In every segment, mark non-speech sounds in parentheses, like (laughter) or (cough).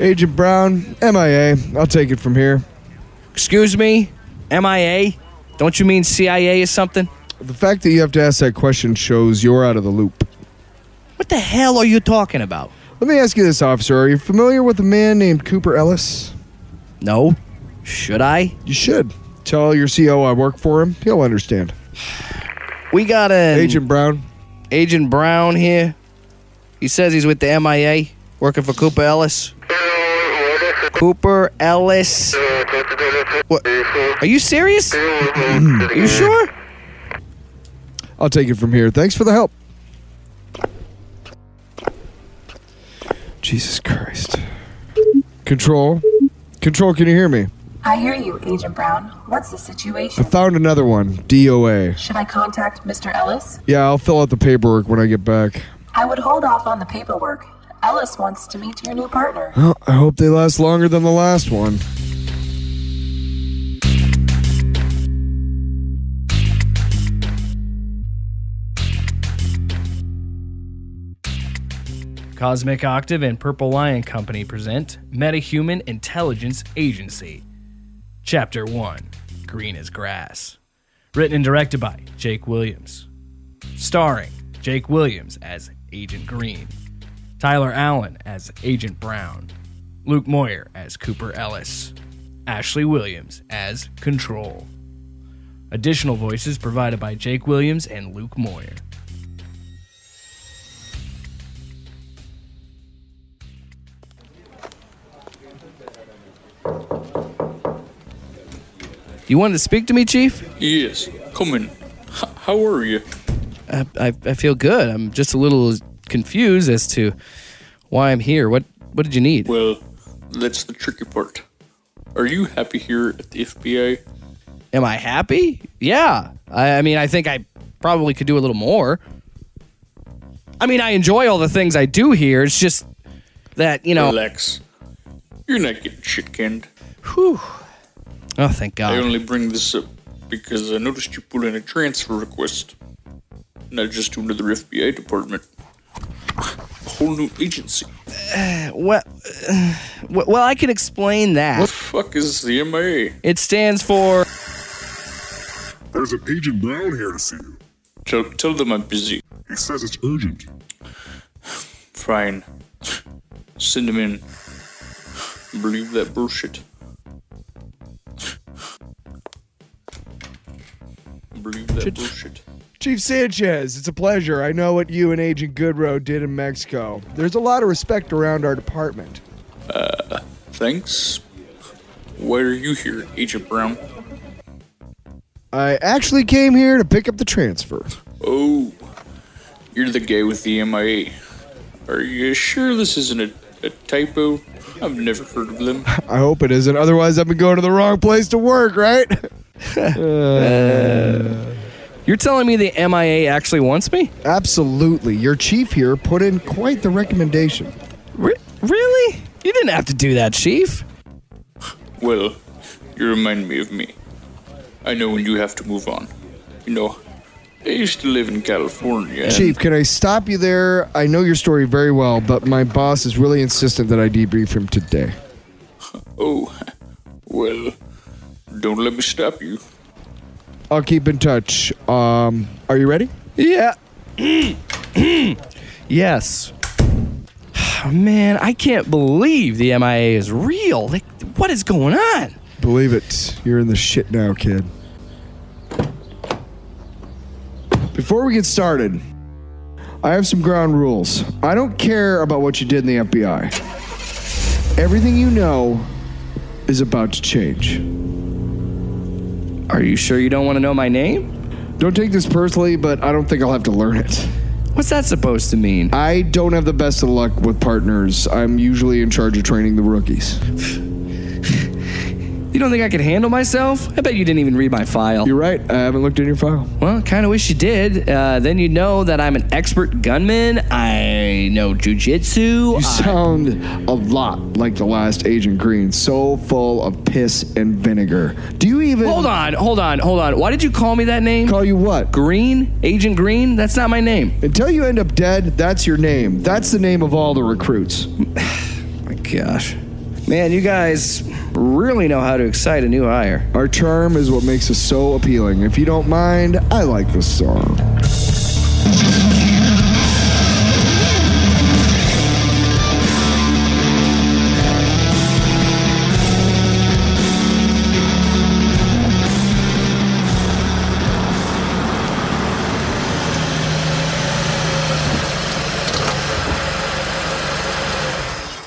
Agent Brown, MIA. I'll take it from here. Excuse me? MIA? Don't you mean CIA or something? The fact that you have to ask that question shows you're out of the loop. What the hell are you talking about? Let me ask you this, officer. Are you familiar with a man named Cooper Ellis? No? Should I? You should. Tell your CO I work for him. He'll understand. We got an Agent Brown, Agent Brown here. He says he's with the MIA, working for Cooper Ellis. Cooper Ellis. What? Are you serious? Are you sure? I'll take it from here. Thanks for the help. Jesus Christ. Control. Control, can you hear me? I hear you, Agent Brown. What's the I situation? found another one. DOA. Should I contact Mr. Ellis? Yeah, I'll fill out the paperwork when I get back. I would hold off on the paperwork. Ellis wants to meet your new partner. Well, I hope they last longer than the last one. Cosmic Octave and Purple Lion Company present Metahuman Intelligence Agency. Chapter 1 Green as Grass. Written and directed by Jake Williams. Starring Jake Williams as Agent Green, Tyler Allen as Agent Brown, Luke Moyer as Cooper Ellis, Ashley Williams as Control. Additional voices provided by Jake Williams and Luke Moyer. You wanted to speak to me, Chief? Yes, come in. H- how are you? I, I, I feel good. I'm just a little confused as to why I'm here. What What did you need? Well, that's the tricky part. Are you happy here at the FBI? Am I happy? Yeah. I, I mean, I think I probably could do a little more. I mean, I enjoy all the things I do here. It's just that, you know. Relax. You're not getting shit canned. Oh, thank I God. only bring this up because I noticed you put in a transfer request, not just to another FBI department, a whole new agency. Well, uh, well, I can explain What that. the fuck is the MIA? It stands for. There's an Agent Brown here to see you. Tell, tell them I'm busy. He says it's urgent. Fine. Send him in. Believe that bullshit. Believe that bullshit. Chief Sanchez, it's a pleasure. I know what you and Agent Goodrow did in Mexico. There's a lot of respect around our department. Thanks. Why are you here, Agent Brown? I actually came here to pick up the transfer. Oh, you're the guy with the MIA. Are you sure this isn't a, a typo? I've never heard of them. I hope it isn't. Otherwise, I've been going to the wrong place to work, right? You're telling me the MIA actually wants me? Absolutely. Your chief here put in quite the recommendation. Re- really? You didn't have to do that, Chief. Well, you remind me of me. I know when you have to move on. You know, I used to live in California. and- Chief, can I stop you there? I know your story very well, but my boss is really insistent that I debrief him today. Oh, well, don't let me stop you. I'll keep in touch. Um, are you ready? Yeah. (clears throat) yes. (sighs) man, I can't believe the MIA is real. Like, what is going on? Believe it. You're in the shit now, kid. Before we get started, I have some ground rules. I don't care about what you did in the FBI. Everything you know is about to change. Are you sure you don't want to know my name? Don't take this personally, but I don't think I'll have to learn it. What's that supposed to mean? I don't have the best of luck with partners. I'm usually in charge of training the rookies. You don't think I could handle myself? I bet you didn't even read my file. You're right. I haven't looked in your file. Well, kind of wish you did. Uh, then you'd know that I'm an expert gunman. I know jujitsu. Uh, You I- sound a lot like the last Agent Green, so full of piss and vinegar. Do you even Hold on, hold on, hold on. Why did you call me that name? call you what? Green? Agent Green? That's not my name. Until you end up dead, that's your name. That's the name of all the recruits. my gosh. Man, you guys really know how to excite a new hire. Our charm is what makes us so appealing. If you don't mind, I like this song.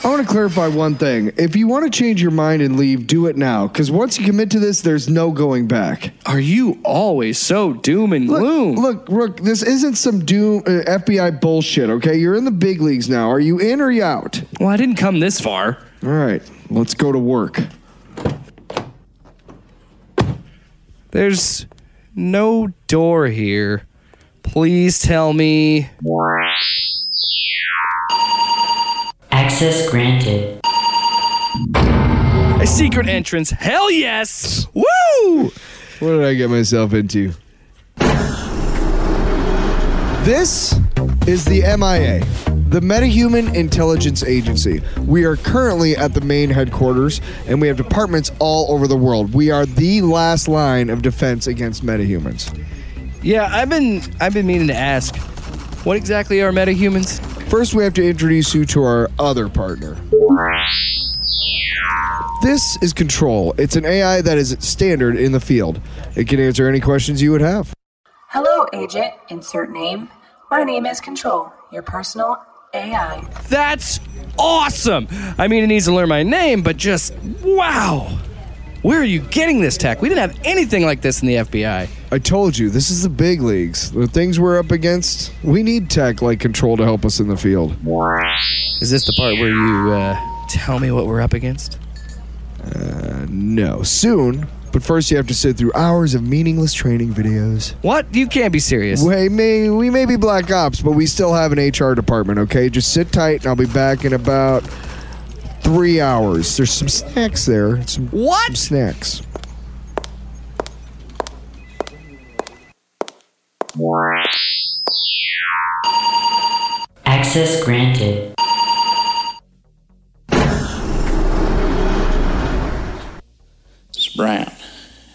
I want to clarify one thing. If you want to change your mind and leave, do it now. Because once you commit to this, there's no going back. Are you always so doom and Look, gloom? look, Rook, this isn't some doom uh, FBI bullshit, okay? You're in the big leagues now. Are you in or you out? Well, I didn't come this far. All right, let's go to work. There's no door here. Please tell me. Access granted. A secret entrance. Hell yes! Woo! What did I get myself into? This is the MIA, the Metahuman Intelligence Agency. We are currently at the main headquarters and we have departments all over the world. We are the last line of defense against metahumans. Yeah, I've been I've been meaning to ask. What exactly are metahumans? First, we have to introduce you to our other partner. This is Control. It's an AI that is standard in the field. It can answer any questions you would have. Hello, agent. Insert name. My name is Control, your personal AI. That's awesome! I mean, it needs to learn my name, but just wow! Where are you getting this tech? We didn't have anything like this in the FBI. I told you, this is the big leagues. The things we're up against, we need tech like Control to help us in the field. Is this the part where you uh, tell me what we're up against? No, soon. But first, you have to sit through hours of meaningless training videos. What? You can't be serious. We may, we may be Black Ops, but we still have an HR department, okay? Just sit tight, and I'll be back in about three hours. There's some snacks there. Some, What? Some snacks. Access granted. It's Brian.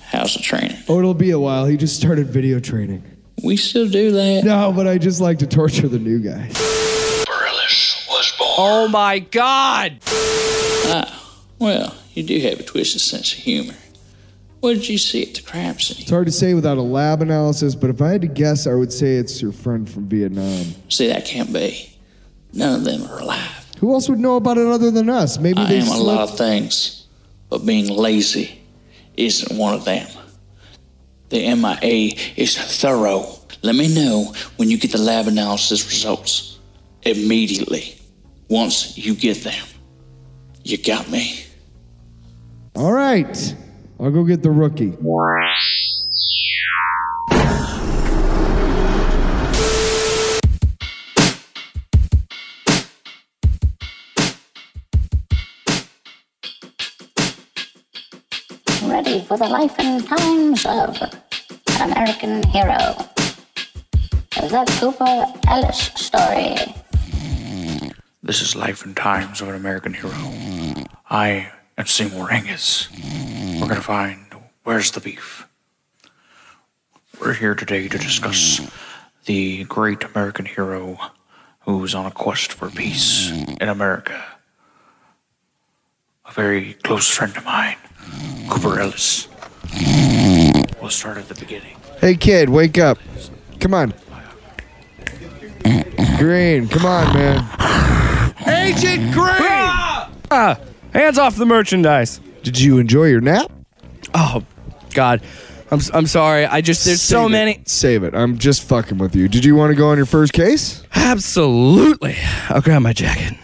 How's the training? Oh, it'll be a while. He just started video training. We still do that. No, but I just like to torture the new guy. Burles was born. Oh my god! Ah, well, you do have a twisted sense of humor. What did you see at the crime scene? It's hard to say without a lab analysis, but if I had to guess, I would say it's your friend from Vietnam. See, that can't be. None of them are alive. Who else would know about it other than us? Maybe I they am a slept- lot of things, but being lazy isn't one of them. The MIA is thorough. Let me know when you get the lab analysis results. Immediately. Once you get them. You got me. All right, I'll go get the rookie. ready for the life and times of an American hero. The Cooper Ellis story. This is Life and Times of an American Hero. I am Seymour Angus. We're gonna find where's the beef. We're here today to discuss the great American hero who's on a quest for peace in America. A very close friend of mine, Cooper Ellis. We'll start at the beginning. Hey, kid, wake up. Come on. Green, come on, man. Agent Green! Ah, hands off the merchandise. Did you enjoy your nap? Oh, God. I'm, s- I'm sorry. I just, there's so Save it. many. Save it. I'm just fucking with you. Did you want to go on your first case? Absolutely. I'll grab my jacket.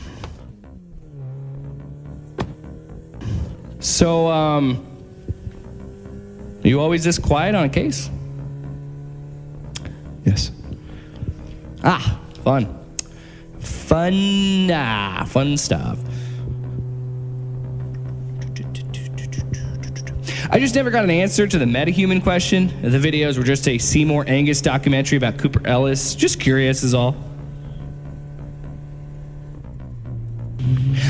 So, um, are you always this quiet on a case? Yes. Ah, fun. Fun, ah, fun stuff. I just never got an answer to the metahuman question. The videos were just a Seymour Angus documentary about Cooper Ellis. Just curious is all.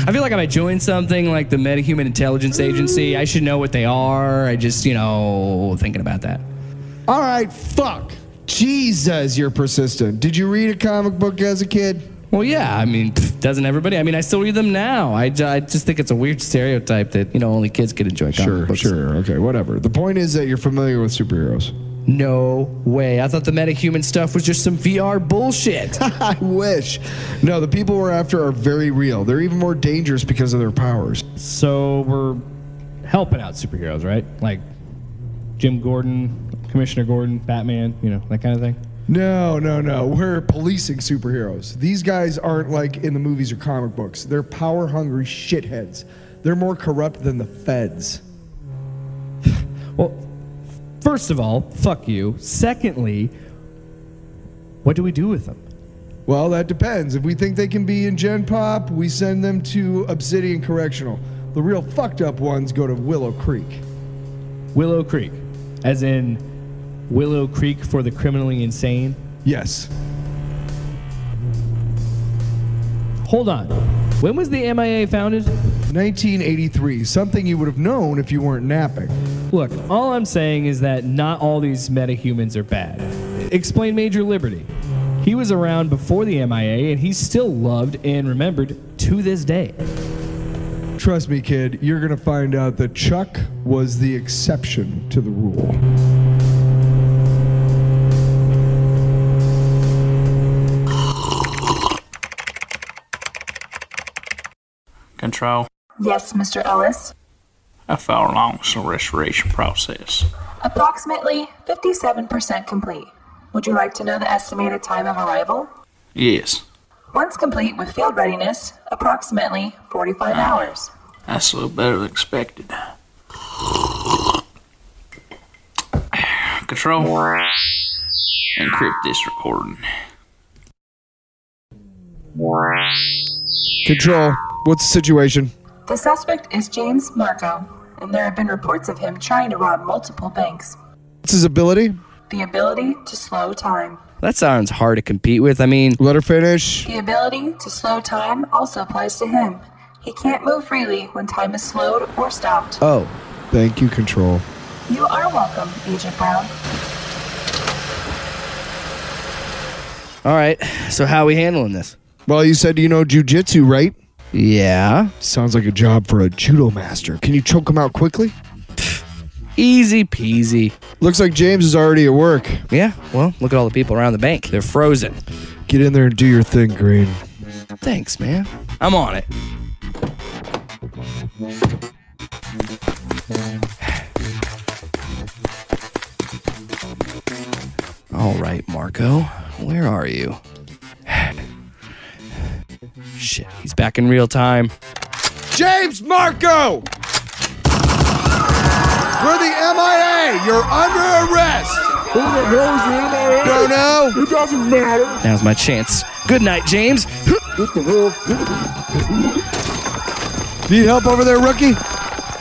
I feel like if I join something like the MetaHuman Intelligence Agency, I should know what they are. I just, you know, thinking about that. All right, fuck. Jesus, you're persistent. Did you read a comic book as a kid? Well, yeah, I mean, pff, doesn't everybody? I mean, I still read them now. I, ju- I just think it's a weird stereotype that, you know, only kids can enjoy comic Sure, books. sure. Okay, whatever. The point is that you're familiar with superheroes. (laughs) No way. I thought the MetaHuman stuff was just some VR (laughs) bullshit. I wish. No, the people we're after are very real. They're even more dangerous because of their powers. So we're helping out superheroes, right? Like Jim Gordon, Commissioner Gordon, Batman, you know, that kind of thing. No, no, no. We're policing superheroes. These guys aren't like in the movies or comic books. They're power hungry shitheads. They're more corrupt than the feds. Well, first of all, fuck you. Secondly, what do we do with them? Well, that depends. If we think they can be in Gen Pop, we send them to Obsidian Correctional. The real fucked up ones go to Willow Creek. Willow Creek, as in Willow Creek for the criminally insane. Yes. Hold on. When was the MIA founded? 1983, something you would have known if you weren't napping. Look, all I'm saying is that not all these metahumans are bad. Explain Major Liberty. He was around before the MIA and he's still loved and remembered to this day. Trust me, kid, you're gonna find out that Chuck was the exception to the rule. Control. Yes, Mr. Ellis. How far along is the restoration process? Approximately 57% complete. Would you like to know the estimated time of arrival? Yes. Once complete with field readiness, approximately 45 hours. That's a little better than expected. (sighs) Control. Encrypt this recording. Control, what's the situation? The suspect is James Marco, and there have been reports of him trying to rob multiple banks. What's his ability? The ability to slow time. That sounds hard to compete with. I mean, Let her finish. The ability to slow time also applies to him. He can't move freely when time is slowed or stopped. oh, Thank you, Control. You are welcome, Agent Brown. all right. So how are we handling this? Well, you said you know jujitsu, right? Yeah. Sounds like a job for a judo master. Can you choke him out quickly? Easy peasy. Looks like James is already at work. Yeah, well, look at all the people around the bank. They're frozen. Get in there and do your thing, Green. Thanks, man. I'm on it. All right, Marco. Where are you? Shit, he's back in real time. James Marco! We're the MIA! You're under arrest! Don't know? Now's my chance. Good night, James. Need help over there, rookie?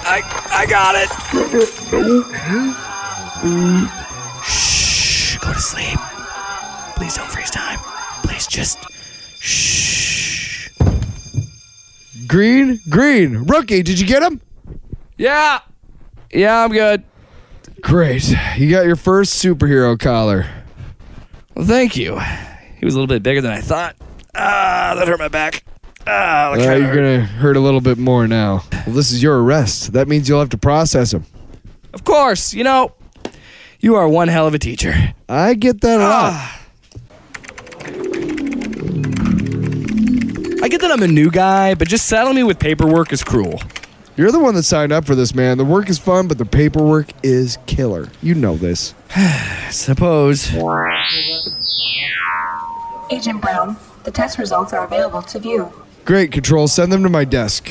I I got it. Shh, go to sleep. Please don't freeze time. Please just shh. Green? Green! Rookie, did you get him? Yeah. Yeah, I'm good. Great. You got your first superhero collar. Well, thank you. He was a little bit bigger than I thought. Ah, that hurt my back. Ah, that Uh, kinda you're hurt. gonna hurt a little bit more now. Well, this is your arrest. That means you'll have to process him. Of course, you know, you are one hell of a teacher. I get that a lot. I get that I'm a new guy, but just saddling me with paperwork is cruel. You're the one that signed up for this, man. The work is fun, but the paperwork is killer. You know this. I suppose. Agent Brown, the test results are available to view. Great, Control. Send them to my desk.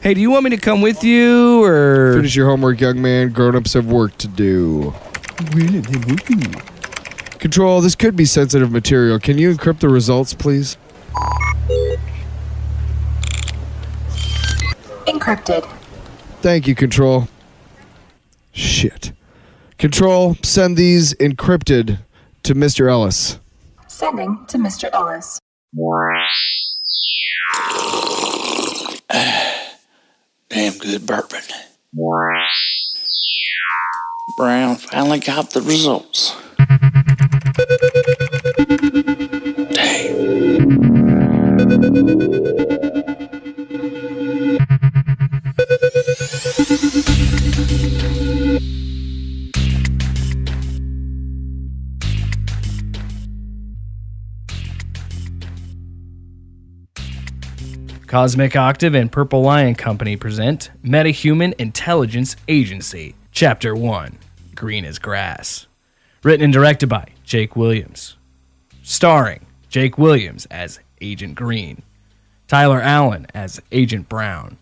Hey, do you want me to come with you or Finish your homework, young man. Grown ups have work to do. Control, this could be sensitive material. Can you encrypt the results, please? Encrypted. Thank you, Control. Shit. Control, send these encrypted to Mr. Ellis. Sending to Mr. Ellis. Damn good bourbon. Brown finally got the results. Cosmic Octave and Purple Lion Company present Metahuman Intelligence Agency, Chapter 1 Green as Grass. Written and directed by Jake Williams. Starring Jake Williams as Agent Green, Tyler Allen as Agent Brown,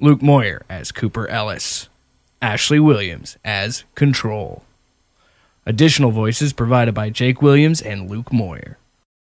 Luke Moyer as Cooper Ellis, Ashley Williams as Control. Additional voices provided by Jake Williams and Luke Moyer.